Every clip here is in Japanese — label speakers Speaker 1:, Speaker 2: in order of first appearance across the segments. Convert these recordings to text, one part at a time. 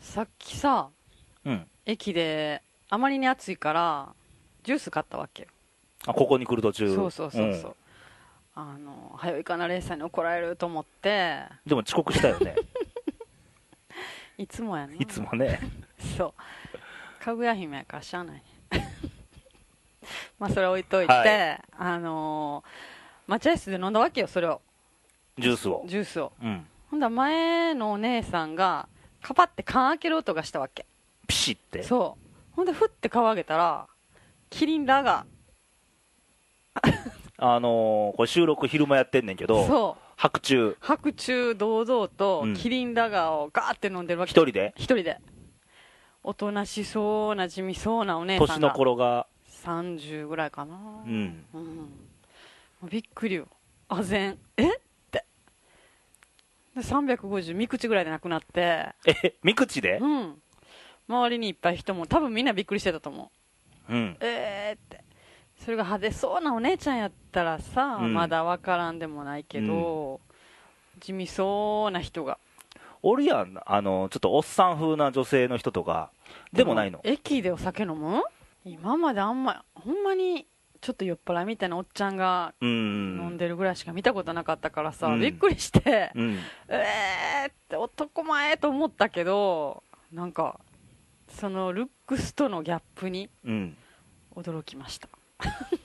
Speaker 1: さっきさ、
Speaker 2: うん。
Speaker 1: 駅で、あまりに暑いから、ジュース買ったわけよ。
Speaker 2: あ、ここに来る途中。
Speaker 1: そうそうそうそう。
Speaker 2: ん
Speaker 1: あの、早いかな、レイさんに怒られると思って、
Speaker 2: でも遅刻したよ ね。
Speaker 1: いつもやね。
Speaker 2: いつもね。
Speaker 1: そう。かぐや姫やからしゃあないね。 まあ、それ置いといて、
Speaker 2: は
Speaker 1: あのー、待合室で飲んだわけよ、それを。
Speaker 2: ジュースを。
Speaker 1: ジュースを。
Speaker 2: うん。
Speaker 1: ほんだら前のお姉さんが、カパって缶開ける音がしたわけ。
Speaker 2: ピシって。
Speaker 1: そう。ほんで、ふって顔上げたら、キリンラガー。
Speaker 2: あのー、これ収録昼間やってんねんけど、
Speaker 1: そう。
Speaker 2: 白昼、
Speaker 1: 白昼堂々と
Speaker 2: うん
Speaker 1: キリンラガーをガーって飲んでるわ
Speaker 2: 一
Speaker 1: け。
Speaker 2: 人で、
Speaker 1: 一人で。おとなしそうな地味そうなお姉さ
Speaker 2: 年
Speaker 1: ん
Speaker 2: の
Speaker 1: が。
Speaker 2: 頃が、
Speaker 1: 30ぐらいかな。
Speaker 2: うん。
Speaker 1: うん。もうびっくりよ。あぜん。えって。で、350、三口ぐらいでなくなって。
Speaker 2: え、三口で
Speaker 1: うん。周りにいっぱい人も、多分みんなびっくりしてたと思う。
Speaker 2: うん。
Speaker 1: えーってそれが派手そうなお姉ちゃんやったらさ、
Speaker 2: うん
Speaker 1: まだ分からんでもないけど、地味そうな人が
Speaker 2: おるやん、あのー、ちょっとおっさん風な女性の人とか、でもないの。
Speaker 1: 駅でお酒飲む今まであんまほんまにちょっと酔っ払いみたいなおっちゃんが
Speaker 2: うん。
Speaker 1: 飲んでるぐらいしか見たことなかったからさ、
Speaker 2: うん
Speaker 1: びっくりして、
Speaker 2: うん。
Speaker 1: えーって男前と思ったけどなんかそのルックスとのギャップに
Speaker 2: うん。
Speaker 1: 驚きました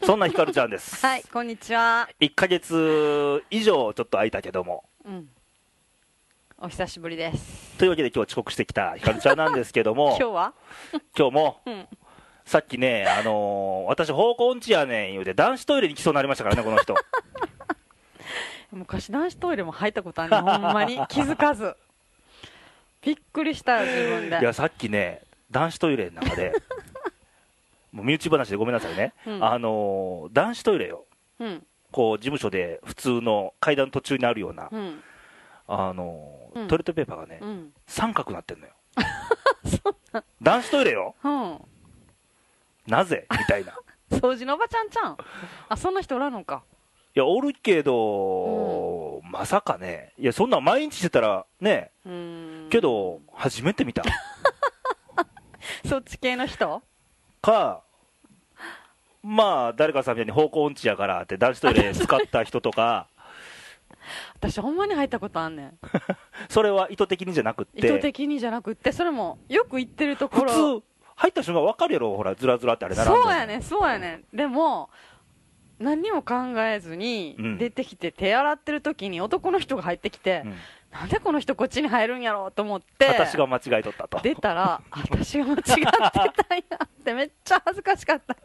Speaker 2: そんなひかるちゃんで す。
Speaker 1: はい。こんにちは
Speaker 2: 1ヶ月以上ちょっと空いたけども。
Speaker 1: うんお久しぶりです
Speaker 2: というわけで今日遅刻してきたひかるちゃんなんですけども
Speaker 1: 今、日は
Speaker 2: 今日も、
Speaker 1: うん
Speaker 2: さっきね、あのー私、方向音痴やねん言うて、男子トイレに来そうになりましたからね、こ の人。
Speaker 1: 昔男子トイレも入ったことあるのほんまに気づかずびっくりしたよ自分
Speaker 2: い
Speaker 1: で
Speaker 2: や、さっきね、男子トイレの 中で、もう身内話でごめんなさいね、
Speaker 1: うん
Speaker 2: あのー男子トイレよ、
Speaker 1: うん
Speaker 2: こう事務所で普通の階段途中にあるような、
Speaker 1: うん
Speaker 2: あのー
Speaker 1: うん
Speaker 2: トイレットペーパーがね、
Speaker 1: うん
Speaker 2: 三角なっ てんのよ。男子トイレよ、
Speaker 1: うん
Speaker 2: なぜみたいな。い
Speaker 1: 掃除のおばちゃんちゃんあそんな人おらんのか
Speaker 2: や、おるけど、まさかね、いや、そんなん毎日してたらね、
Speaker 1: うーん
Speaker 2: けど、初めて見た。
Speaker 1: そっち系の人
Speaker 2: か、まあ、誰かさんみたいに方向音痴やからって、男子トイレ使った人とか、
Speaker 1: 私ほんまに入ったことあんねん
Speaker 2: それは意図的にじゃなくっ
Speaker 1: 意図
Speaker 2: て、
Speaker 1: 的にじゃなくってそれもよく行ってるとこ
Speaker 2: 普
Speaker 1: ろ
Speaker 2: 通、入った瞬間分かるやろ、ほら、ずらずらってあれ並んで
Speaker 1: そうやねんそうやねんでも何にも考えずに
Speaker 2: うん
Speaker 1: 出てきて手洗ってる時に男の人が入ってきて、
Speaker 2: うん
Speaker 1: なんでこの人こっちに入るんやろうと思って
Speaker 2: 私が間違えとったと。
Speaker 1: 出た ら私が間違ってたんやってめっちゃ恥ずかしかった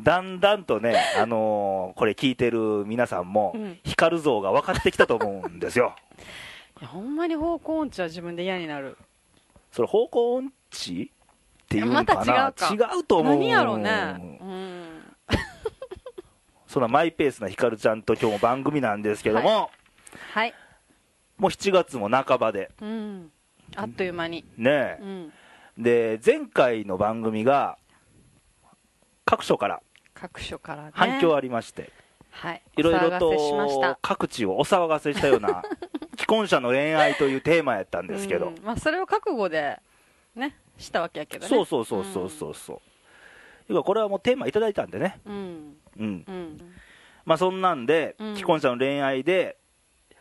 Speaker 2: だんだんとね、あのーこれ聞いてる皆さんも
Speaker 1: うん、
Speaker 2: 光る像が分かってきたと思うんですよ。
Speaker 1: いやほんまに方向音痴は自分で嫌になる
Speaker 2: それ、方向音痴っていうのか
Speaker 1: いやま
Speaker 2: な、
Speaker 1: た違う
Speaker 2: 違うと思う。
Speaker 1: 何やろうねうん
Speaker 2: そんなマイペースな光ちゃんと今日も番組なんですけども、
Speaker 1: はい
Speaker 2: もう7月も半ばで、
Speaker 1: うんあっという間に
Speaker 2: ねえ
Speaker 1: うん
Speaker 2: で前回の番組が各所から
Speaker 1: 各所からね
Speaker 2: 反響ありまして、
Speaker 1: はい
Speaker 2: いろい
Speaker 1: お
Speaker 2: ろ
Speaker 1: 騒がせしまし
Speaker 2: と
Speaker 1: た
Speaker 2: 各地をお騒がせしたよ うな既婚者の恋愛というテーマやったんですけど、
Speaker 1: うんまあそれを覚悟でねしたわけやけどね
Speaker 2: そうそうそうそうそうそう要はこれはもうテーマいただいたんでね、
Speaker 1: うん
Speaker 2: うん
Speaker 1: うん
Speaker 2: まあ、そんなんで、
Speaker 1: うん
Speaker 2: 既婚者の恋愛で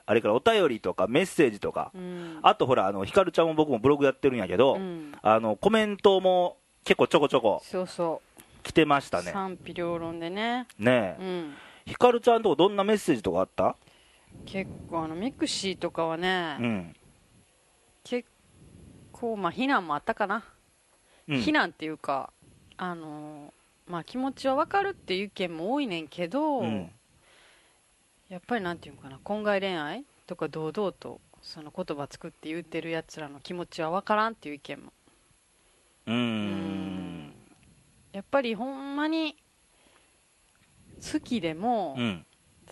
Speaker 2: あれからお便りとかメッセージとか、
Speaker 1: うん
Speaker 2: あとほらあのひかるちゃんも僕もブログやってるんやけど、
Speaker 1: うん
Speaker 2: あのコメントも結構ちょこちょこ
Speaker 1: そうそ
Speaker 2: 来てまし
Speaker 1: う
Speaker 2: たね
Speaker 1: 賛否両論でね
Speaker 2: ね
Speaker 1: う
Speaker 2: え
Speaker 1: ん
Speaker 2: ひかるちゃんとこどんなメッセージとかあった
Speaker 1: 結構あのミクシーとかはね、
Speaker 2: うん
Speaker 1: 結構まあ非難もあったかな、
Speaker 2: うん
Speaker 1: 非難っていうかあのーまあ気持ちはわかるっていう意見も多いねんけど、
Speaker 2: うん
Speaker 1: やっぱりなんていうのかな婚外恋愛とか堂々とその言葉作って言ってるやつらの気持ちはわからんっていう意見も
Speaker 2: うーん
Speaker 1: やっぱりほんまに好きでも、
Speaker 2: うん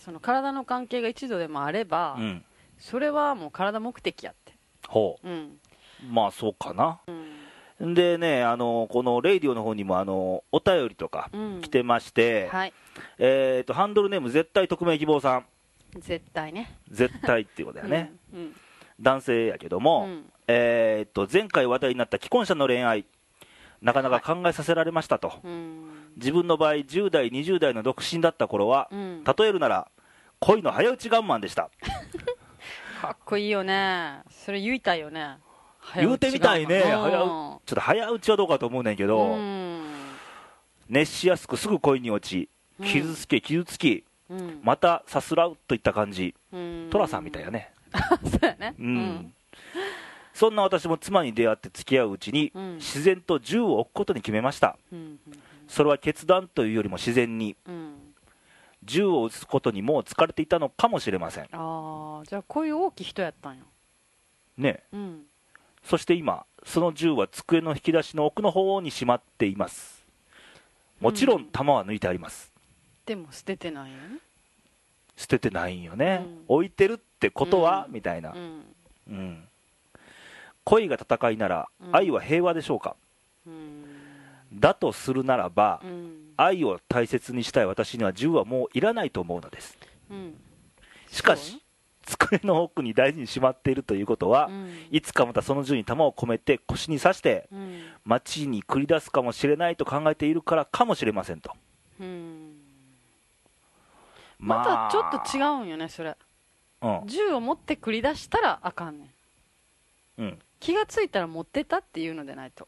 Speaker 1: その体の関係が一度でもあれば、
Speaker 2: うん
Speaker 1: それはもう体目的やって
Speaker 2: ほ
Speaker 1: うん
Speaker 2: うまあそうかな
Speaker 1: うん
Speaker 2: でねあのこのレイディオの方にもあのお便りとか
Speaker 1: うん
Speaker 2: 来てまして、
Speaker 1: はい
Speaker 2: えっ、とハンドルネーム絶対匿名希望さん
Speaker 1: 絶対ね
Speaker 2: 絶対っていうことだよね、
Speaker 1: うんうん
Speaker 2: 男性やけども、
Speaker 1: うん
Speaker 2: ええーっと前回話題になった既婚者の恋愛なかなか考えさせられましたと、
Speaker 1: うん
Speaker 2: 自分の場合10代20代の独身だった頃は、
Speaker 1: うん
Speaker 2: 例えるなら恋の早打ち我慢でした
Speaker 1: かっこいいよねそれ言いたいよね
Speaker 2: 言うてみたいね
Speaker 1: 早打ちが
Speaker 2: 早うちょっと早打ちはどうかと思うねんけど、
Speaker 1: うんうん
Speaker 2: 熱しやすくすぐ恋に落ち傷つけ傷つき
Speaker 1: うん
Speaker 2: またさすらうといった感じ
Speaker 1: うん
Speaker 2: 寅さんみたいなね
Speaker 1: そうやね
Speaker 2: うん、そんな私も妻に出会って付き合ううちに、
Speaker 1: うん
Speaker 2: 自然と銃を置くことに決めました
Speaker 1: うん
Speaker 2: それは決断というよりも自然に
Speaker 1: うんうん
Speaker 2: 銃を撃つことにもう疲れていたのかもしれません
Speaker 1: ああじゃあこういう大きい人やったんや
Speaker 2: ね
Speaker 1: うん
Speaker 2: そして今その銃は机の引き出しの奥の方にしまっていますもちろ
Speaker 1: うん
Speaker 2: ん弾は抜いてあります、
Speaker 1: でも捨ててないよね
Speaker 2: 捨ててないんよね、
Speaker 1: うん
Speaker 2: 置いてるってことは、
Speaker 1: うん
Speaker 2: みたいな
Speaker 1: う、ん
Speaker 2: うん恋が戦いなら
Speaker 1: うん
Speaker 2: 愛は平和でしょうか、
Speaker 1: うん
Speaker 2: だとするならば、
Speaker 1: うん
Speaker 2: 愛を大切にしたい私には銃はもういらないと思うのです
Speaker 1: うん
Speaker 2: しかし机の奥に大事にしまっているということは、
Speaker 1: うん
Speaker 2: いつかまたその銃に弾を込めて腰に刺して
Speaker 1: うん
Speaker 2: 街に繰り出すかもしれないと考えているからかもしれませんと
Speaker 1: うんまたちょっと違うんよねそれ
Speaker 2: う
Speaker 1: 銃を持って繰り出したらあかんねん
Speaker 2: ん、うん、
Speaker 1: 気がついたら持ってたっていうのでないと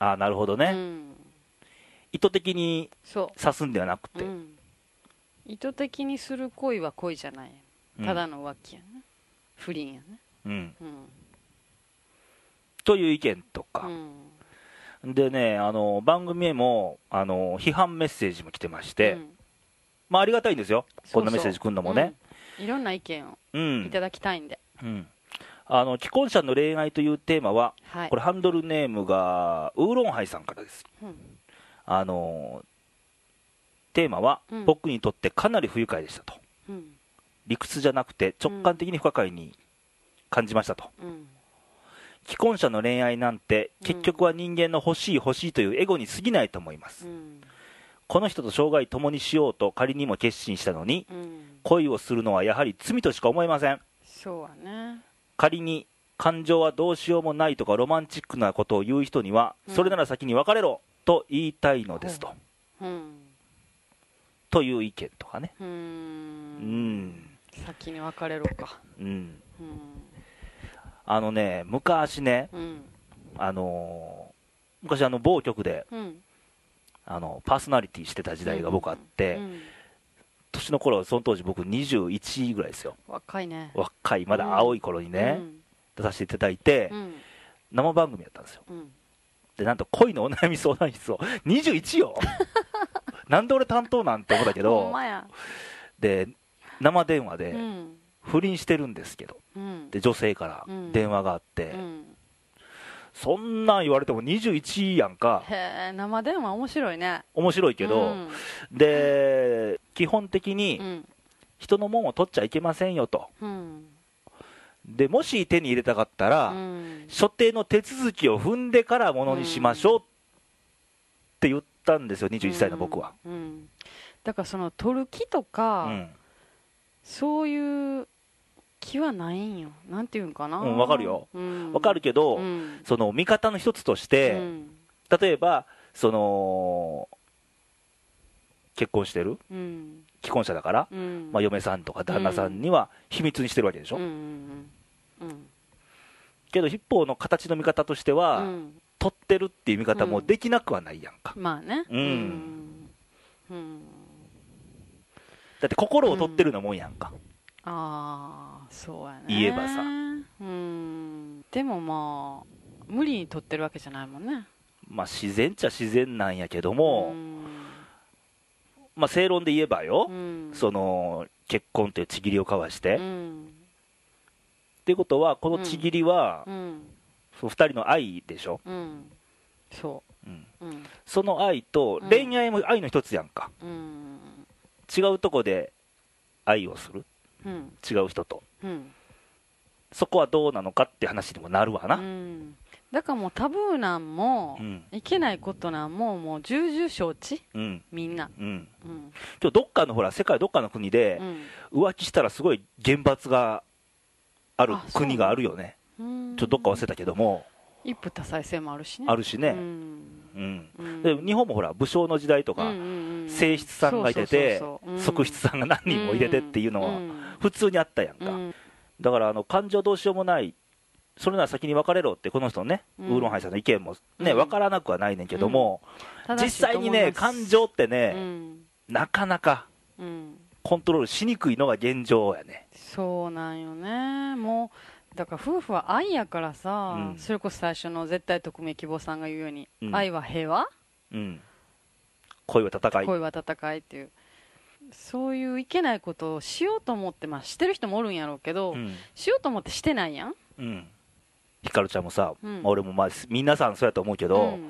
Speaker 2: ああなるほどね、
Speaker 1: うん
Speaker 2: 意図的に
Speaker 1: そ
Speaker 2: 刺すんではなく
Speaker 1: う、う
Speaker 2: て、
Speaker 1: ん、意図的にする恋は恋じゃない
Speaker 2: うん
Speaker 1: ただの浮気やね、不倫やね
Speaker 2: うん
Speaker 1: うん
Speaker 2: という意見と
Speaker 1: う
Speaker 2: か、
Speaker 1: ん
Speaker 2: でねあの番組へもあの批判メッセージも来てまして、
Speaker 1: うん
Speaker 2: まあありがたいんですよこんなメッセージ
Speaker 1: く
Speaker 2: 来
Speaker 1: ん
Speaker 2: るのもね、
Speaker 1: うんいろんな意見を
Speaker 2: うん、
Speaker 1: いただきたいんで、
Speaker 2: うんあの既婚者の恋愛というテーマは、
Speaker 1: はい
Speaker 2: これハンドルネームがウーロンハイさんからです
Speaker 1: うん
Speaker 2: あのテーマは、
Speaker 1: うん
Speaker 2: 僕にとってかなり不愉快でしたと
Speaker 1: うん
Speaker 2: 理屈じゃなくて直感的に不可解に感じましたと、
Speaker 1: うん
Speaker 2: 既婚者の恋愛なんて
Speaker 1: うん
Speaker 2: 結局は人間の欲しい欲しいというエゴに過ぎないと思います、
Speaker 1: うん
Speaker 2: この人と生涯共にしようと仮にも決心したのに
Speaker 1: うん
Speaker 2: 恋をするのはやはり罪としか思えません
Speaker 1: そうはね
Speaker 2: 仮に感情はどうしようもないとかロマンチックなことを言う人には、
Speaker 1: うん
Speaker 2: それなら先に別れろと言いたいのですと、
Speaker 1: うん
Speaker 2: という意見とかね
Speaker 1: う
Speaker 2: うんん
Speaker 1: 先に別れろか
Speaker 2: うん
Speaker 1: うん
Speaker 2: あのね昔ね
Speaker 1: うん
Speaker 2: あのー昔あの某局で
Speaker 1: うん
Speaker 2: あのパーソナリティしてた時代が僕あって、
Speaker 1: うん
Speaker 2: 年の頃その当時僕21ぐらいですよ
Speaker 1: 若いね
Speaker 2: 若いまだ青い頃にね、出させていただいて、
Speaker 1: うん
Speaker 2: 生番組やったんですよ
Speaker 1: うん
Speaker 2: でなんと恋のお悩み相談室を21よ なんで俺担当なんて思ったけ
Speaker 1: ほん
Speaker 2: ど
Speaker 1: まや
Speaker 2: で生電話
Speaker 1: う
Speaker 2: で
Speaker 1: ん
Speaker 2: 不倫してるんですけど
Speaker 1: うん
Speaker 2: で女性から
Speaker 1: うん
Speaker 2: 電話があって、
Speaker 1: うん
Speaker 2: そんなん言われても21やんか
Speaker 1: へえ生電話面白いね
Speaker 2: 面白いけ
Speaker 1: う
Speaker 2: ど、
Speaker 1: ん
Speaker 2: で基本的に
Speaker 1: うん
Speaker 2: 人のもんを取っちゃいけませんよと
Speaker 1: うん
Speaker 2: でもし手に入れたかったら、
Speaker 1: うん
Speaker 2: 所定の手続きを踏んでからものにしましょうって言ったんですよ21歳の僕は、
Speaker 1: うんうんだからその取る気と
Speaker 2: うん
Speaker 1: かそういう気はないんよなんていうんかな
Speaker 2: うんわかるよ
Speaker 1: わ
Speaker 2: わかるけど、
Speaker 1: うん
Speaker 2: その見方の一つとし
Speaker 1: う
Speaker 2: て、
Speaker 1: ん
Speaker 2: 例えばその結婚してる
Speaker 1: うん
Speaker 2: 既婚者だから、
Speaker 1: うん
Speaker 2: まあ、嫁さんとか旦那さんには秘密にしてるわけでしょ、
Speaker 1: うんうんうん
Speaker 2: けど一方の形の見方として
Speaker 1: う
Speaker 2: は、
Speaker 1: ん
Speaker 2: 取ってるっていう見方もできなくはないやんか、
Speaker 1: まあね
Speaker 2: うん
Speaker 1: うんうん
Speaker 2: だって心を取ってるようなもんやんか、
Speaker 1: ああそうやね
Speaker 2: 言えばさ
Speaker 1: うんでもまあ無理に取ってるわけじゃないもんね
Speaker 2: まあ自然っちゃ自然なんやけども、
Speaker 1: ん
Speaker 2: まあ正論で言えばよ、
Speaker 1: うん
Speaker 2: その結婚というちぎりを交わして、
Speaker 1: う
Speaker 2: っ
Speaker 1: ん
Speaker 2: ていうことはこのちぎりは、
Speaker 1: うん
Speaker 2: その2人の愛でしょ、
Speaker 1: うんそ
Speaker 2: うん
Speaker 1: ううん
Speaker 2: その愛と
Speaker 1: うん
Speaker 2: 恋愛も愛の一つやんか、
Speaker 1: うん
Speaker 2: 違うとこで愛をする
Speaker 1: うん
Speaker 2: 違う人と
Speaker 1: うん
Speaker 2: そこはどうなのかって話にもなるわ
Speaker 1: う
Speaker 2: な、
Speaker 1: んだからもうタブーなんも、
Speaker 2: うん
Speaker 1: いけないことなんももう重々承知
Speaker 2: うん
Speaker 1: みんな
Speaker 2: うん、
Speaker 1: うん
Speaker 2: 今日どっかのほら世界どっかの国で
Speaker 1: うん
Speaker 2: 浮気したらすごい厳罰がある
Speaker 1: あそう
Speaker 2: 国があるよね
Speaker 1: うん
Speaker 2: ちょっとどっか忘れたけども、
Speaker 1: 一夫多妻制もあるしね
Speaker 2: あるし
Speaker 1: う
Speaker 2: ね、
Speaker 1: ん
Speaker 2: うん
Speaker 1: うん
Speaker 2: で日本もほら武将の時代とか、
Speaker 1: うんうんうん
Speaker 2: 正室さんがいてて
Speaker 1: そうそうそうそう
Speaker 2: 側室さんが何人も入れてっていうの
Speaker 1: ん
Speaker 2: は普通にあったやんか、
Speaker 1: うん
Speaker 2: だからあの感情どうしようもないそれなら先に別れろってこの人のね、
Speaker 1: うん
Speaker 2: ウーロンハイさんの意見もね、
Speaker 1: うん
Speaker 2: 分からなくはないねんけども、
Speaker 1: 正
Speaker 2: 実
Speaker 1: しいと
Speaker 2: 際
Speaker 1: 思
Speaker 2: に
Speaker 1: います
Speaker 2: ね感情って
Speaker 1: う
Speaker 2: ね、
Speaker 1: ん
Speaker 2: なかなか
Speaker 1: うん
Speaker 2: コントロールしにくいのが現状やね
Speaker 1: そうなんよねもうだから夫婦は愛やからさ、
Speaker 2: うん
Speaker 1: それこそ最初の絶対匿名希望さんが言うように、
Speaker 2: うん
Speaker 1: 愛は平和、
Speaker 2: うん恋は戦い
Speaker 1: 恋は戦いっていうそういういけないことをしようと思ってまあしてる人もおるんやろうけど、
Speaker 2: うん
Speaker 1: しようと思ってしてないやん
Speaker 2: うんひかるちゃんもさ、
Speaker 1: うん
Speaker 2: まあ俺もまあ皆さんそうやと思うけど、
Speaker 1: んん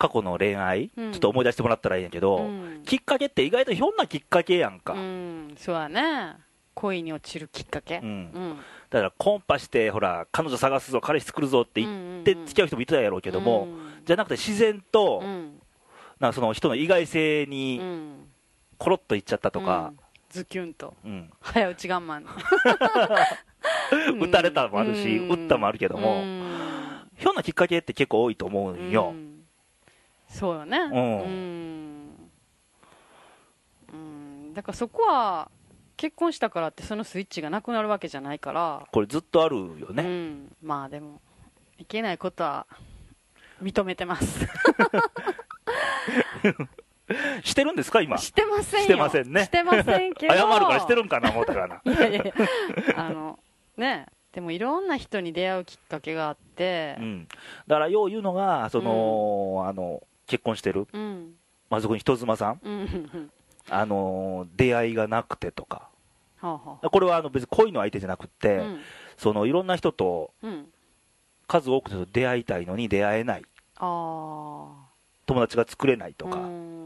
Speaker 2: 過去の恋愛、
Speaker 1: うん
Speaker 2: ちょっと思い出してもらったらいいんやけど、
Speaker 1: うん
Speaker 2: きっかけって意外とひょんなきっかけやんか、
Speaker 1: うんそうやね恋に落ちるきっかけ
Speaker 2: う、ん
Speaker 1: うん
Speaker 2: だからコンパしてほら彼女探すぞ彼氏作るぞって言って
Speaker 1: うんうんうん
Speaker 2: 付き合う人もいたやろうけども、
Speaker 1: うん
Speaker 2: じゃなくて自然と、
Speaker 1: うん
Speaker 2: なんかその人の意外性
Speaker 1: う
Speaker 2: に
Speaker 1: ん
Speaker 2: コロッといっちゃったとか
Speaker 1: うん、ズキュンと
Speaker 2: うん
Speaker 1: 早打ち我慢
Speaker 2: 打たれたもあるし、
Speaker 1: うん
Speaker 2: 打ったもあるけども、
Speaker 1: うん
Speaker 2: ひょんなきっかけって結構多いと思うんよ、
Speaker 1: うんそうよねうんうんだからそこは結婚したからってそのスイッチがなくなるわけじゃないから
Speaker 2: これずっとあるよ
Speaker 1: う
Speaker 2: ね、
Speaker 1: ん、まあでもいけないことは認めてます
Speaker 2: してるんですか今
Speaker 1: してませんよ
Speaker 2: してませんね
Speaker 1: してませんけど
Speaker 2: 謝るからしてるんかな思ったから な
Speaker 1: いやいやいやあのねでもいろんな人に出会うきっかけがあって
Speaker 2: うん、だからよう言うのがその、あの結婚してる
Speaker 1: うん
Speaker 2: まあそこに人妻さん、
Speaker 1: うんうん
Speaker 2: あのー出会いがなくてとか
Speaker 1: はあはあ
Speaker 2: これはあの別に恋の相手じゃなくって、
Speaker 1: うん
Speaker 2: そのいろんな人と
Speaker 1: うん
Speaker 2: 数多くの人と出会いたいのに出会えない
Speaker 1: あ
Speaker 2: 友達が作れない
Speaker 1: あ
Speaker 2: とか、
Speaker 1: うん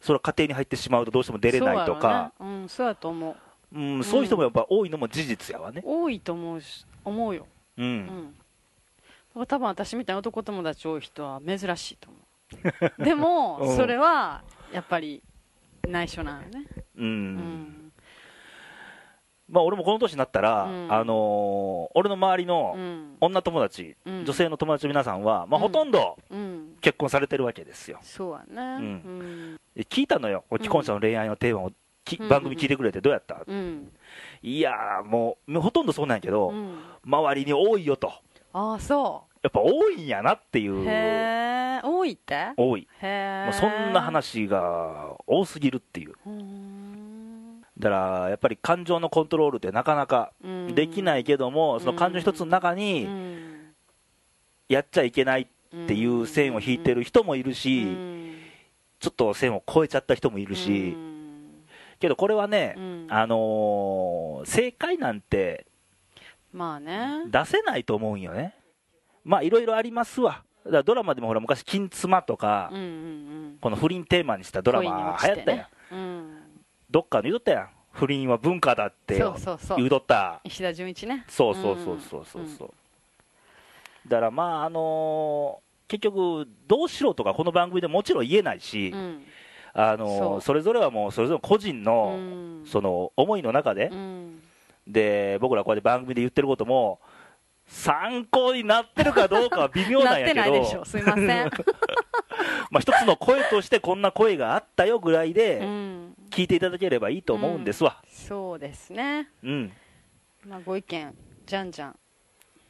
Speaker 2: それは家庭に入ってしまうとどうしても出れないとか
Speaker 1: そうやろねうん、そうやと思う
Speaker 2: そう,、ん、そういう人もやっぱ多いのも事実やわね、
Speaker 1: 多いと思うし思うよ、
Speaker 2: うん
Speaker 1: うんだから多分私みたいな男友達多い人は珍しいと思うで
Speaker 2: う
Speaker 1: も
Speaker 2: ん
Speaker 1: それはやっぱり内緒なのね
Speaker 2: うん
Speaker 1: うん
Speaker 2: まあ、俺もこの年になったら、
Speaker 1: うん
Speaker 2: あのー俺の周り
Speaker 1: う
Speaker 2: の
Speaker 1: ん
Speaker 2: 女友達、
Speaker 1: うん
Speaker 2: 女性の友達の皆さんは、まあ、
Speaker 1: うん
Speaker 2: ほとんど
Speaker 1: うん
Speaker 2: 結婚されてるわけですよ
Speaker 1: そうやねうん
Speaker 2: で聞いたのよ既婚者の恋愛のテーマをき、
Speaker 1: うん
Speaker 2: 番組聞いてくれてどうやった、
Speaker 1: うん
Speaker 2: いやーもうもうほとんどそうなんやけど、
Speaker 1: うん
Speaker 2: 周りに多いよと
Speaker 1: ああそ
Speaker 2: やっぱ多いんやなっていうう
Speaker 1: へえ多いって
Speaker 2: 多い
Speaker 1: へえ
Speaker 2: もうそんな話が多すぎるっていう
Speaker 1: うん
Speaker 2: だからやっぱり感情のコントロールってなかなか
Speaker 1: うん
Speaker 2: できないけども、その感情一つの中
Speaker 1: う
Speaker 2: に
Speaker 1: ん
Speaker 2: やっちゃいけないっていう線を引いてる人もいるし、
Speaker 1: うん
Speaker 2: ちょっと線を越えちゃった人もいるし、
Speaker 1: うん
Speaker 2: けどこれはね、
Speaker 1: うん
Speaker 2: あのー正解なんて
Speaker 1: まあね
Speaker 2: 出せないと思うんよねまあいろいろありますわだからドラマでもほら昔「金妻」とか、
Speaker 1: うんうん
Speaker 2: この不倫テーマにしたドラマ流行ったやん、
Speaker 1: うんうん
Speaker 2: どっかの言うとったやん不倫は文化だって
Speaker 1: そうそうそう
Speaker 2: 言うとった
Speaker 1: 石田純一ね
Speaker 2: そうそうそうそうそうそう、だからまああのー結局どうしろとかこの番組でもちろん言えないし、
Speaker 1: うん
Speaker 2: あのー
Speaker 1: そ
Speaker 2: そうれぞれはもうそれぞれ個人の、
Speaker 1: うん
Speaker 2: その思いの中で
Speaker 1: う、ん
Speaker 2: で僕らこうやって番組で言ってることも参考になってるかど うかは微妙
Speaker 1: なっ
Speaker 2: なんや
Speaker 1: て
Speaker 2: け
Speaker 1: ないでし
Speaker 2: ど
Speaker 1: ょすいませ ん
Speaker 2: まあ一つの声としてこんな声があったよぐらいうで
Speaker 1: ん
Speaker 2: 聞いていただければいいと思うんですわ、
Speaker 1: そうですね
Speaker 2: うん、
Speaker 1: まあご意見じゃんじゃん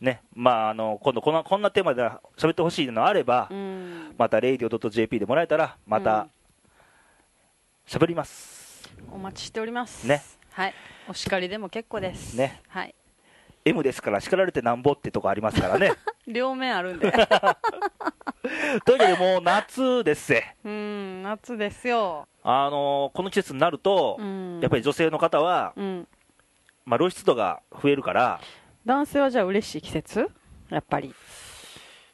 Speaker 2: ね、まあ、あの今度こんな、こんなテーマで喋ってほしいのあれば、
Speaker 1: うん
Speaker 2: また、radio.jp でもらえたら、また、喋ります。
Speaker 1: お待ちしております
Speaker 2: ね
Speaker 1: はいお叱りでも結構です
Speaker 2: ね
Speaker 1: はい
Speaker 2: M ですから、叱られてなんぼってとこありますか らね。
Speaker 1: 両面あるんで
Speaker 2: というわけで、もう夏ですぜ。
Speaker 1: うん夏ですよ
Speaker 2: あのこの季節になると、
Speaker 1: うん
Speaker 2: やっぱり女性の方は、
Speaker 1: うん
Speaker 2: まあ、露出度が増えるから、
Speaker 1: 男性はじゃあ嬉しい季節やっぱり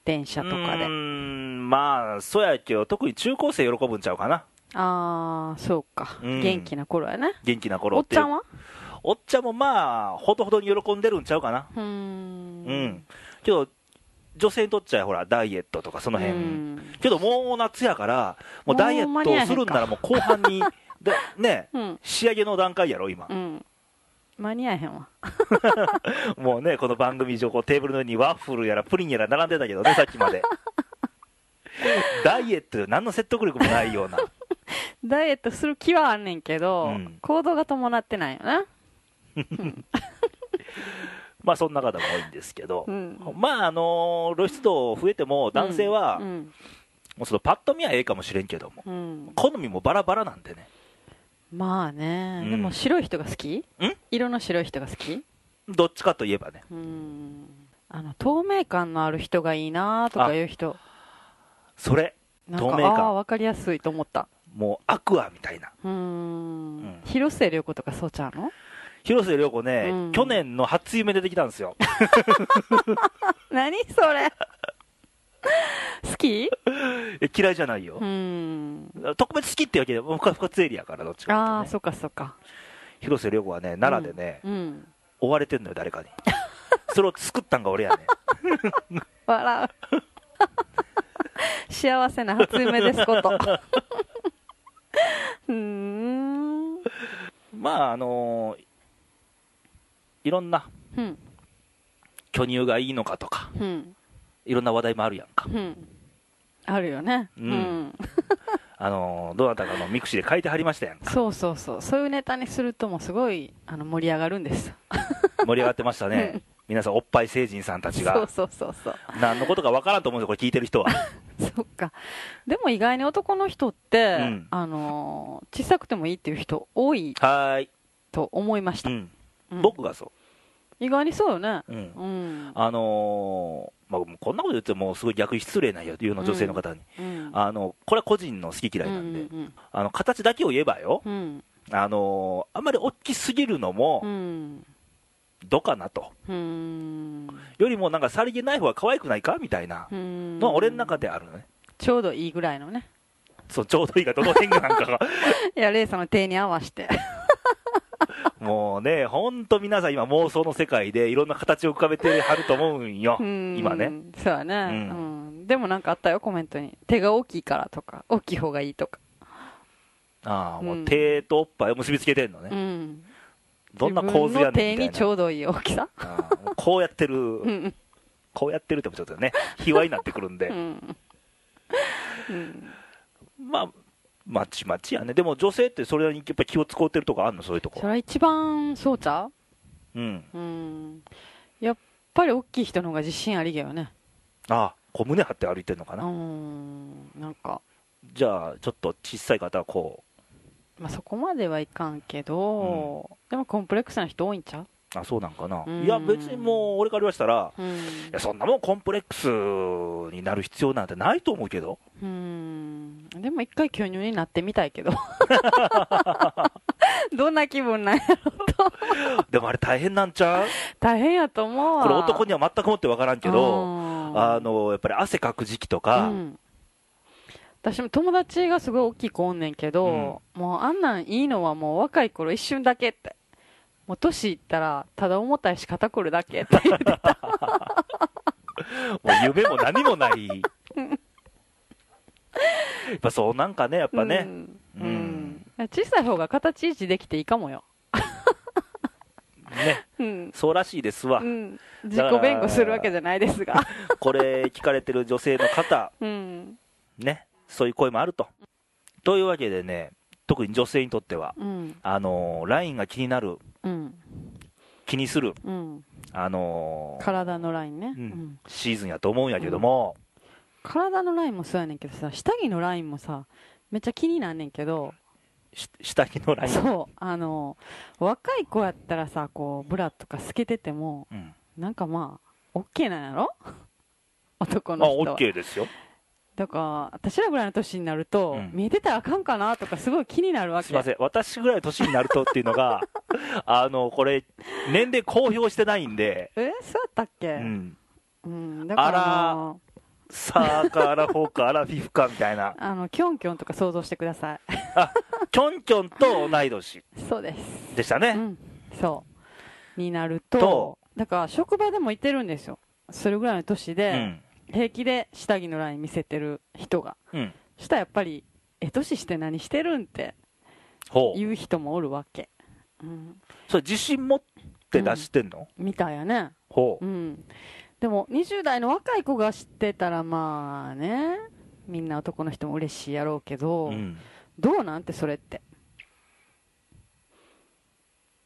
Speaker 1: 電車とかで
Speaker 2: うーんまあ、そうやけど、特に中高生喜ぶんちゃうかな。
Speaker 1: ああそうか、
Speaker 2: うん
Speaker 1: 元気な頃やね
Speaker 2: 元気な頃
Speaker 1: お
Speaker 2: っ
Speaker 1: ってち
Speaker 2: いう
Speaker 1: ゃんは
Speaker 2: おっちゃんもまあ、ほどほどに喜んでるんちゃうかな。
Speaker 1: うーん
Speaker 2: うん、けど女性にとっちゃほらダイエットとかその辺、
Speaker 1: うん
Speaker 2: けどもう夏やからもうダイエ ットをするんならもう後半にでね
Speaker 1: うん
Speaker 2: 仕上げの段階やろ今、
Speaker 1: うん間に合えへんわ
Speaker 2: もうね、この番組上、こうテーブルの上にワッフルやらプリンやら並んでたけどね、さっ きまで。ダイエット、何の説得力もないような。
Speaker 1: ダイエットする気はあんねんけど、
Speaker 2: うん
Speaker 1: 行動が伴ってないよな
Speaker 2: まあそんな方も多いんですけど、
Speaker 1: うん
Speaker 2: まああの露出度増えても男性は、
Speaker 1: うん
Speaker 2: もうそのパッと見はええかもしれんけども、
Speaker 1: うんうん
Speaker 2: 好みもバラバラなんでね、
Speaker 1: まあね、
Speaker 2: うん
Speaker 1: でも白い人が好き
Speaker 2: ん
Speaker 1: 色の白い人が好き
Speaker 2: どっちかといえばね、
Speaker 1: うんあの透明感のある人がいいなとかいう人
Speaker 2: それ、
Speaker 1: なんか
Speaker 2: 透明感
Speaker 1: ああ分かりやすいと思った
Speaker 2: もうアクアみたいな、
Speaker 1: うーん
Speaker 2: うん
Speaker 1: 広末涼子とかそうちゃうの
Speaker 2: 広末涼子ね、
Speaker 1: うん
Speaker 2: 去年の初夢出てきたんですよ、
Speaker 1: 何それ好き
Speaker 2: え嫌いじゃないよ
Speaker 1: う、ーん
Speaker 2: 特別好きってわけで、もうふかふかつエリアから、どっち
Speaker 1: ああ
Speaker 2: かというとね、
Speaker 1: そっかそっか
Speaker 2: 広末涼子はね、奈良でね、
Speaker 1: うん
Speaker 2: 追われてんのよ、誰かに。それを作ったんが俺やね。
Speaker 1: 笑う幸せな初夢ですこと うーん
Speaker 2: まあ、あのいろんな
Speaker 1: うん
Speaker 2: 巨乳がいいのかとか、
Speaker 1: うん
Speaker 2: いろんな話題もあるやんか。
Speaker 1: うんあるよね
Speaker 2: うんあのーどなたかのミクシーで書いてはりましたやんか。
Speaker 1: そうそうそうそういうネタにするともうすごいあの盛り上がるんです
Speaker 2: 盛り上がってました ね。皆さん、おっぱい成人さんた
Speaker 1: そ
Speaker 2: ち
Speaker 1: う
Speaker 2: が。
Speaker 1: そうそうそう
Speaker 2: 何のことかわからんと思うんですよ、これ聞いてる人は。
Speaker 1: そっかでも意外に男の人って、
Speaker 2: うん
Speaker 1: あのー小さくてもいいっていう人多い
Speaker 2: はーい。
Speaker 1: と思いまし
Speaker 2: う
Speaker 1: た、
Speaker 2: ん。
Speaker 1: うん
Speaker 2: 僕がそ
Speaker 1: 意外にそうよね
Speaker 2: う。うん。
Speaker 1: うん
Speaker 2: あのーまあ、もうこんなこと言っても、すごい逆に失礼なんよ、いうの女性の方に。
Speaker 1: うん
Speaker 2: あの、これは個人の好き嫌いなんで、
Speaker 1: うん
Speaker 2: あの、形だけを言えばよ、
Speaker 1: うんうん
Speaker 2: あのーあんまり大きすぎるのも、
Speaker 1: うん
Speaker 2: どうかなと、
Speaker 1: うん
Speaker 2: よりもなんかさりげない方が可愛くないかみたいな
Speaker 1: うん
Speaker 2: のは俺の中であるのね、
Speaker 1: ちょうどいいぐらいのね
Speaker 2: そうちょうどいいか、どの辺がなんかが、
Speaker 1: いやレイさんの手に合わせて
Speaker 2: もうね、本当、皆さん、今、妄想の世界でいろんな形を浮かべてはると思うんよ、
Speaker 1: うん
Speaker 2: 今ね、
Speaker 1: そうやね、
Speaker 2: う
Speaker 1: うんでもなんかあったよコメントに手が大きいからとか大きい方がいいとか、
Speaker 2: ああもううん手とおっぱいを結びつけてんの
Speaker 1: う
Speaker 2: ね、
Speaker 1: ん
Speaker 2: どんな構図や
Speaker 1: 自分の
Speaker 2: ねん
Speaker 1: 手
Speaker 2: み
Speaker 1: に
Speaker 2: た
Speaker 1: ち
Speaker 2: いな
Speaker 1: ょ、うどいい大きさ
Speaker 2: ああもうこうやってる
Speaker 1: う、ん
Speaker 2: こうやってるってもちょ っとね、卑猥になってくるん
Speaker 1: う
Speaker 2: で、
Speaker 1: んうん
Speaker 2: まあ、まちまちやね、でも女性ってそれにやっぱ気を使うてるとこあるの、そういうと
Speaker 1: そ
Speaker 2: こ
Speaker 1: れ。は一番そうちゃ
Speaker 2: うん、
Speaker 1: ううんやっぱり大きい人の方が自信ありげよね
Speaker 2: ああこう胸張って歩いてるのか
Speaker 1: う
Speaker 2: な、
Speaker 1: んなんか
Speaker 2: じゃあちょっと小さい方はこ
Speaker 1: まあ、そこまではいかんけど、でもコンプレックスな人多いんちゃ
Speaker 2: うあそうなんかな、
Speaker 1: うん
Speaker 2: いや別にもう俺から言わしたら
Speaker 1: ううん
Speaker 2: いやそんなもんコンプレックスになる必要なんてないと思うけど
Speaker 1: うんでも一回巨乳になってみたいけど どんな気分なんや
Speaker 2: でもあれ大変なんちゃう
Speaker 1: 大変やと思うわ
Speaker 2: これ男には全くもって分からんけど
Speaker 1: うん
Speaker 2: あのやっぱり汗かく時期とか、
Speaker 1: うん私も友達がすごい大きい子おんねんけど、もうあんなんいいのはもう若い頃一瞬だけってもう年いったらただ重たいし肩こるだけって言って
Speaker 2: もう夢も何もない やっぱそうなんかねやっぱ
Speaker 1: う
Speaker 2: ね、
Speaker 1: ん
Speaker 2: うん
Speaker 1: うん小さい方が形維持できていいかもよ
Speaker 2: ね
Speaker 1: うん
Speaker 2: そうらしいですわ、
Speaker 1: うん、自己弁護するわけじゃないですが、
Speaker 2: これ聞かれてる女性の方
Speaker 1: うん
Speaker 2: ねそういう声もあるとというわけでね特に女性にとっては
Speaker 1: うん
Speaker 2: あのーラインが気になる、
Speaker 1: うん
Speaker 2: 気にする、
Speaker 1: うん、
Speaker 2: あのー
Speaker 1: 体のラインね、
Speaker 2: うん
Speaker 1: うん
Speaker 2: シーズンやと思うんやけども、
Speaker 1: 体のラインもそうやねんけどさ下着のラインもさめっちゃ気になんねんけど
Speaker 2: し下着のライン、
Speaker 1: そうあの若い子やったらさこうブラとか透けてても
Speaker 2: うん
Speaker 1: なんかまあ OK なんやろ 男の
Speaker 2: まあ、
Speaker 1: 人は
Speaker 2: OK ですよ、
Speaker 1: だから私らぐらいの年になると、
Speaker 2: うん
Speaker 1: 見えてたらあかんかなとかすごい気になるわけ
Speaker 2: すいません、私ぐらいの年になるとっていうの が、あのこれ、年齢公表してないんで、
Speaker 1: えそうやったっけ、
Speaker 2: う
Speaker 1: うん
Speaker 2: ん、
Speaker 1: だから
Speaker 2: あらサーカー、アラフォーか、アラフィフかみたいな、
Speaker 1: あのキョンキョンとか想像してください
Speaker 2: きょんきょんと同い年
Speaker 1: そうです
Speaker 2: でした
Speaker 1: う
Speaker 2: ね、
Speaker 1: んそうになると
Speaker 2: と
Speaker 1: だから職場でもいてるんですよそれぐらいの年
Speaker 2: う
Speaker 1: で、
Speaker 2: ん、
Speaker 1: 平気で下着のライン見せてる人が
Speaker 2: うん、
Speaker 1: したらやっぱりえ年して何してるんって
Speaker 2: ほう、
Speaker 1: 言う人もおるわけうん、
Speaker 2: それ自信持って出してんの、
Speaker 1: みたいやね、
Speaker 2: ほう
Speaker 1: うん、でも20代の若い子が知ってたらまあねみんな男の人も嬉しいやろうけど、
Speaker 2: うん
Speaker 1: どうなんてそれって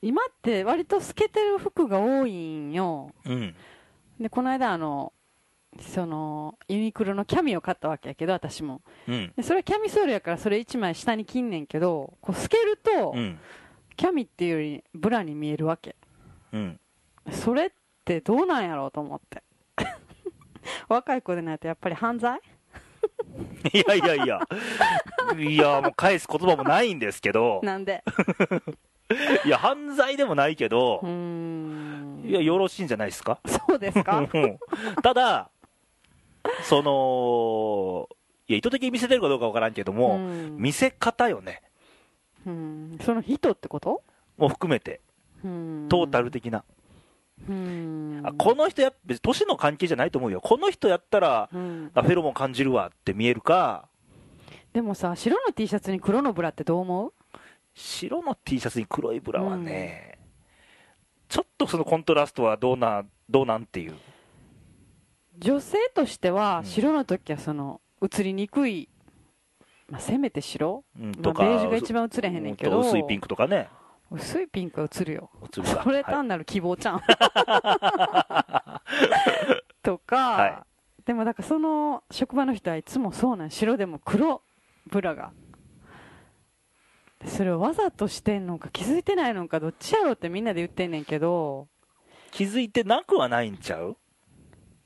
Speaker 1: 今って割と透けてる服が多いんよ
Speaker 2: うん
Speaker 1: でこの間あのそのユニクロのキャミを買ったわけやけど私も
Speaker 2: うん
Speaker 1: でそれはキャミソールやからそれ1枚下に切んねんけどこう透けると、
Speaker 2: うん
Speaker 1: キャミっていうよりブラに見えるわけ
Speaker 2: うん
Speaker 1: それってどうなんやろうと思って 若い子でないとやっぱり犯罪
Speaker 2: いやいやいやいやもう返す言葉もないんですけど
Speaker 1: なんで
Speaker 2: いや犯罪でもないけど
Speaker 1: うー、ん
Speaker 2: いやよろしいんじゃないですか
Speaker 1: そうですか
Speaker 2: うんただそのいや意図的に見せてるかどうかわからんけど も、
Speaker 1: うん
Speaker 2: 見せ方よね
Speaker 1: うんその人ってこと
Speaker 2: も含めて
Speaker 1: うん
Speaker 2: トータル的な、
Speaker 1: うん
Speaker 2: あこの人やっぱ別に年の関係じゃないと思うよこの人やったら
Speaker 1: うん
Speaker 2: あフェロモン感じるわって見えるか
Speaker 1: でもさ白の T シャツに黒のブラってどう思う
Speaker 2: 白の T シャツに黒いブラはね、ちょっとそのコントラストはどうなどうなんっていう
Speaker 1: 女性としては
Speaker 2: うん
Speaker 1: 白の時はその映りにくい、まあ、せめて白、
Speaker 2: うん
Speaker 1: ま
Speaker 2: と
Speaker 1: あ、
Speaker 2: か、
Speaker 1: ベージュが一番映れへんねんけど
Speaker 2: うんと薄いピンクとかね
Speaker 1: 薄いピンクは映るよ
Speaker 2: 映るか
Speaker 1: それ
Speaker 2: はい
Speaker 1: 単なる希望ちゃん、とか、
Speaker 2: は
Speaker 1: でもだからその職場の人はいつもそうなん白でも黒ブラがでそれをわざとしてんのか気づいてないのかどっちやろうってみんなで言ってんねんけど
Speaker 2: 気づいてなくはないんちゃう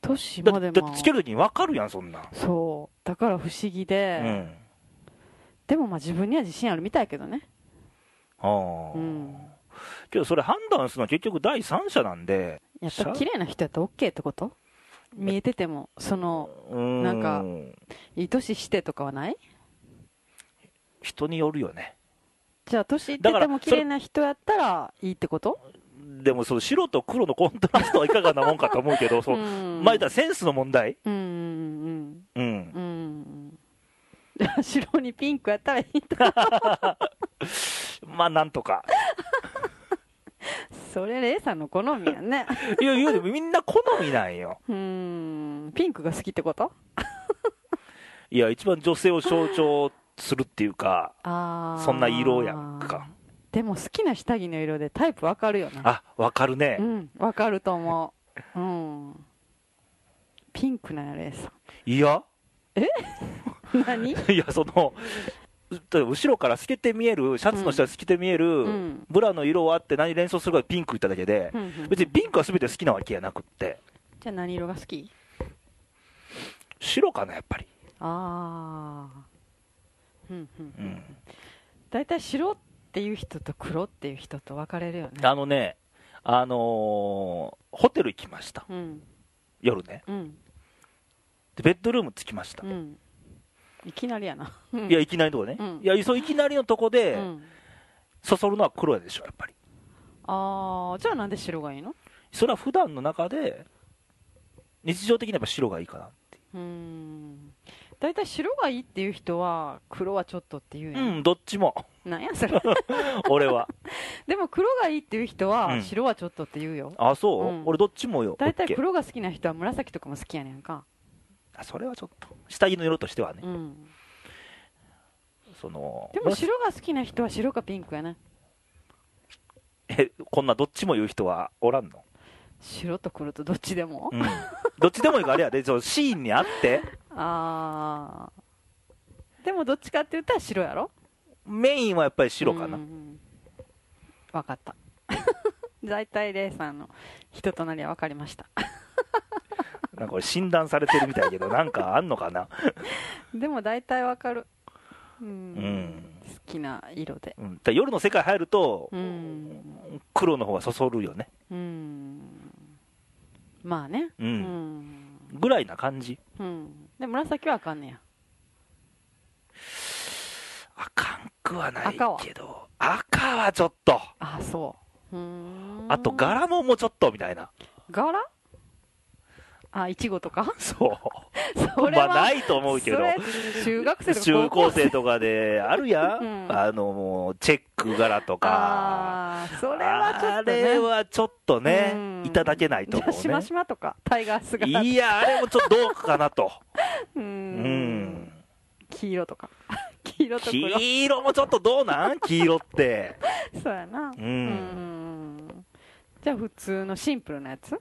Speaker 1: 年
Speaker 2: だ
Speaker 1: ま
Speaker 2: だ
Speaker 1: で
Speaker 2: って
Speaker 1: も
Speaker 2: つけるときに分かるやんそんなん、
Speaker 1: そうだから不思議で、
Speaker 2: うん
Speaker 1: でもまあ自分には自信あるみたいけどね
Speaker 2: あー
Speaker 1: うん
Speaker 2: けどそれ判断するのは結局第三者なんで
Speaker 1: やっぱ綺麗な人やったら OK ってこと見えててもその
Speaker 2: うん
Speaker 1: なんかいい年してとかはない
Speaker 2: 人によるよね
Speaker 1: じゃあ年いってても綺麗な人やったらいいってこと
Speaker 2: でもその白と黒のコントラストはいかがなもんかと思うけどその
Speaker 1: ん
Speaker 2: まあ言ったらセンスの問題
Speaker 1: うんうん
Speaker 2: うん、
Speaker 1: うんうんうんじゃあ白にピンクやったらいいんだ
Speaker 2: まあなんとか
Speaker 1: それレイさんの好みやね
Speaker 2: いやいやでもみんな好みなんよ
Speaker 1: うんピンクが好きってこと
Speaker 2: いや一番女性を象徴するっていうか
Speaker 1: あー
Speaker 2: そんな色やんか
Speaker 1: でも好きな下着の色でタイプわかるよな
Speaker 2: あわかるね、
Speaker 1: うんわかると思ううんピンクなんやレイ さ
Speaker 2: いや
Speaker 1: ん何
Speaker 2: いやそのだから後ろから透けて見えるシャツの下が透けて見える、
Speaker 1: うん
Speaker 2: ブラの色はあって何連想するかピンク言っただけで、
Speaker 1: うんうん
Speaker 2: 別にピンクは全て好きなわけやなくって
Speaker 1: じゃあ何色が好き
Speaker 2: 白かなやっぱり、
Speaker 1: ああうんうん
Speaker 2: う
Speaker 1: うん
Speaker 2: ん、
Speaker 1: 大体白っていう人と黒っていう人と分かれるよね
Speaker 2: あのねあのーホテル行きました
Speaker 1: うん
Speaker 2: 夜ね
Speaker 1: うん
Speaker 2: でベッドルーム着きました、
Speaker 1: うんいきなりやな、うん
Speaker 2: いやいきなりのとこね、
Speaker 1: うん
Speaker 2: いやそういきなりのとこ
Speaker 1: う
Speaker 2: で、
Speaker 1: ん、
Speaker 2: そそるのは黒やでしょやっぱり
Speaker 1: ああじゃあなんで白がいいの
Speaker 2: それは普段の中で日常的にやっぱ白がいいかな
Speaker 1: うーん大体白がいいっていう人は黒はちょっとっていうや、
Speaker 2: うんんどっちも
Speaker 1: なんやそれ
Speaker 2: 俺は
Speaker 1: でも黒がいいっていう人
Speaker 2: う
Speaker 1: は
Speaker 2: ん
Speaker 1: 白はちょっとって言うよ、
Speaker 2: あそう、
Speaker 1: うん
Speaker 2: 俺どっちもよ
Speaker 1: 大体
Speaker 2: OK
Speaker 1: 黒が好きな人は紫とかも好きやねんか
Speaker 2: あそれはちょっと下着の色としてはね、
Speaker 1: うん
Speaker 2: その
Speaker 1: でも白が好きな人は白かピンクやね
Speaker 2: えこんなどっちも言う人はおらんの、
Speaker 1: 白と黒とどっちでも、
Speaker 2: うん、どっちでもいいからあれやでそのシーンにあって
Speaker 1: あーでもどっちかって言ったら白やろ
Speaker 2: メインはやっぱり白かな、
Speaker 1: 分かった 大体レイさんの人となりは分かりました
Speaker 2: なんか俺診断されてるみたい やけどなんかあんのかな、
Speaker 1: でも大体分かるうん、
Speaker 2: うん
Speaker 1: 好きな色で
Speaker 2: うん、だから夜の世界入ると、
Speaker 1: うん
Speaker 2: 黒の方がそそるよね、
Speaker 1: うんまあね
Speaker 2: う
Speaker 1: うんん、
Speaker 2: ぐらいな感じ
Speaker 1: うん、で紫はあかんねや
Speaker 2: あかんくはない
Speaker 1: 赤は
Speaker 2: けど赤はちょっと
Speaker 1: あそううーん
Speaker 2: あと柄ももうちょっとみたいな
Speaker 1: 柄あいちごとか
Speaker 2: そ。
Speaker 1: そうれ
Speaker 2: ま
Speaker 1: は、
Speaker 2: あ、ないと思うけど
Speaker 1: そ。 れ中学生とか
Speaker 2: 中
Speaker 1: 高
Speaker 2: 高
Speaker 1: 校
Speaker 2: 生とかであるやん、
Speaker 1: うん
Speaker 2: あのもうチェック柄とか
Speaker 1: あーそれはちょ
Speaker 2: あ
Speaker 1: っとね
Speaker 2: れはちょっとね、
Speaker 1: うん
Speaker 2: いただけない
Speaker 1: じ
Speaker 2: と思
Speaker 1: ゃあ
Speaker 2: う
Speaker 1: しま
Speaker 2: ね
Speaker 1: しまとかタイガースが
Speaker 2: いやあれもちょっとどうかなと
Speaker 1: う
Speaker 2: うんん
Speaker 1: 黄色とか 黄色と黒
Speaker 2: 黄色もちょっとどう なん黄色って
Speaker 1: そうやな
Speaker 2: うん
Speaker 1: んじゃあ普通のシンプルなやつ、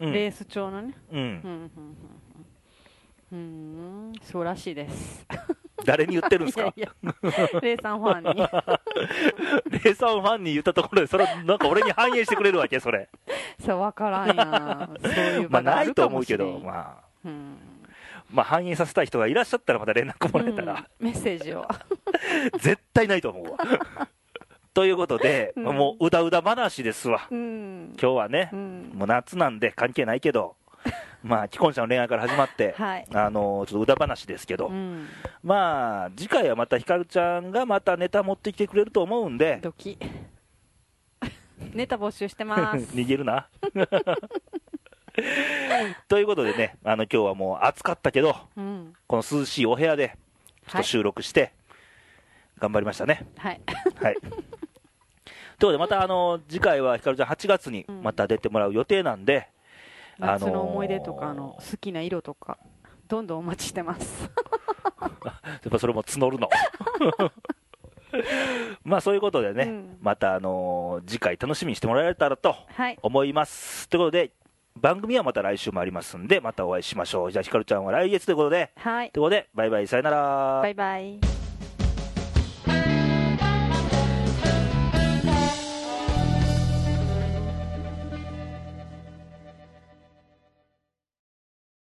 Speaker 2: うん
Speaker 1: レース調のね
Speaker 2: う、
Speaker 1: うんんうんうんうんそうらしいです
Speaker 2: 誰に言ってるんですか
Speaker 1: いやいやレイさんファ ンに
Speaker 2: レイさんファンに言ったところでそれなんか俺に反映してくれるわけそれ
Speaker 1: そう分からんやんそういう
Speaker 2: ま
Speaker 1: 場が
Speaker 2: あな
Speaker 1: あ
Speaker 2: い
Speaker 1: る
Speaker 2: と
Speaker 1: か
Speaker 2: 思
Speaker 1: も
Speaker 2: う
Speaker 1: しれ
Speaker 2: け
Speaker 1: ん
Speaker 2: ど、まあ、
Speaker 1: うん
Speaker 2: まあ反映させたい人がいらっしゃったらまた連絡もらえたら、
Speaker 1: うんメッセージを
Speaker 2: 絶対ないと思うわ。 ということで、
Speaker 1: うん
Speaker 2: もううだうだ話ですわ。
Speaker 1: うん
Speaker 2: 今日はね
Speaker 1: う、ん
Speaker 2: もう夏なんで関係ないけど、まあ、既婚者の恋愛から始まって、
Speaker 1: はい
Speaker 2: あのちょっとうだ話ですけど、
Speaker 1: うん
Speaker 2: まあ、次回はまたひかるちゃんがまたネタ持ってきてくれると思うんで、
Speaker 1: ドキネタ募集してます
Speaker 2: 逃げる な。ということでね、あの今日はもう暑かったけど、
Speaker 1: うん
Speaker 2: この涼しいお部屋で、ちょっ
Speaker 1: は
Speaker 2: と
Speaker 1: い
Speaker 2: 収録して、頑張りましたね。
Speaker 1: はい
Speaker 2: はい。ということで、また、あの、次回はひかるちゃん8月にまた出てもらう予定なんで、あのー
Speaker 1: 夏の思い出とかあの好きな色とかどんどんお待ちしてます
Speaker 2: やっぱそれも募 るの。まあ、そういうことでね、
Speaker 1: うん
Speaker 2: また、あのー次回楽しみにしてもらえたらと
Speaker 1: はい
Speaker 2: 思います。ということで、番組はまた来週もありますんで、またお会いしましょう。じゃあ、ひかるちゃんは来月ということで、
Speaker 1: はい
Speaker 2: ということで、バイバイ、さよなら。
Speaker 1: バイバイ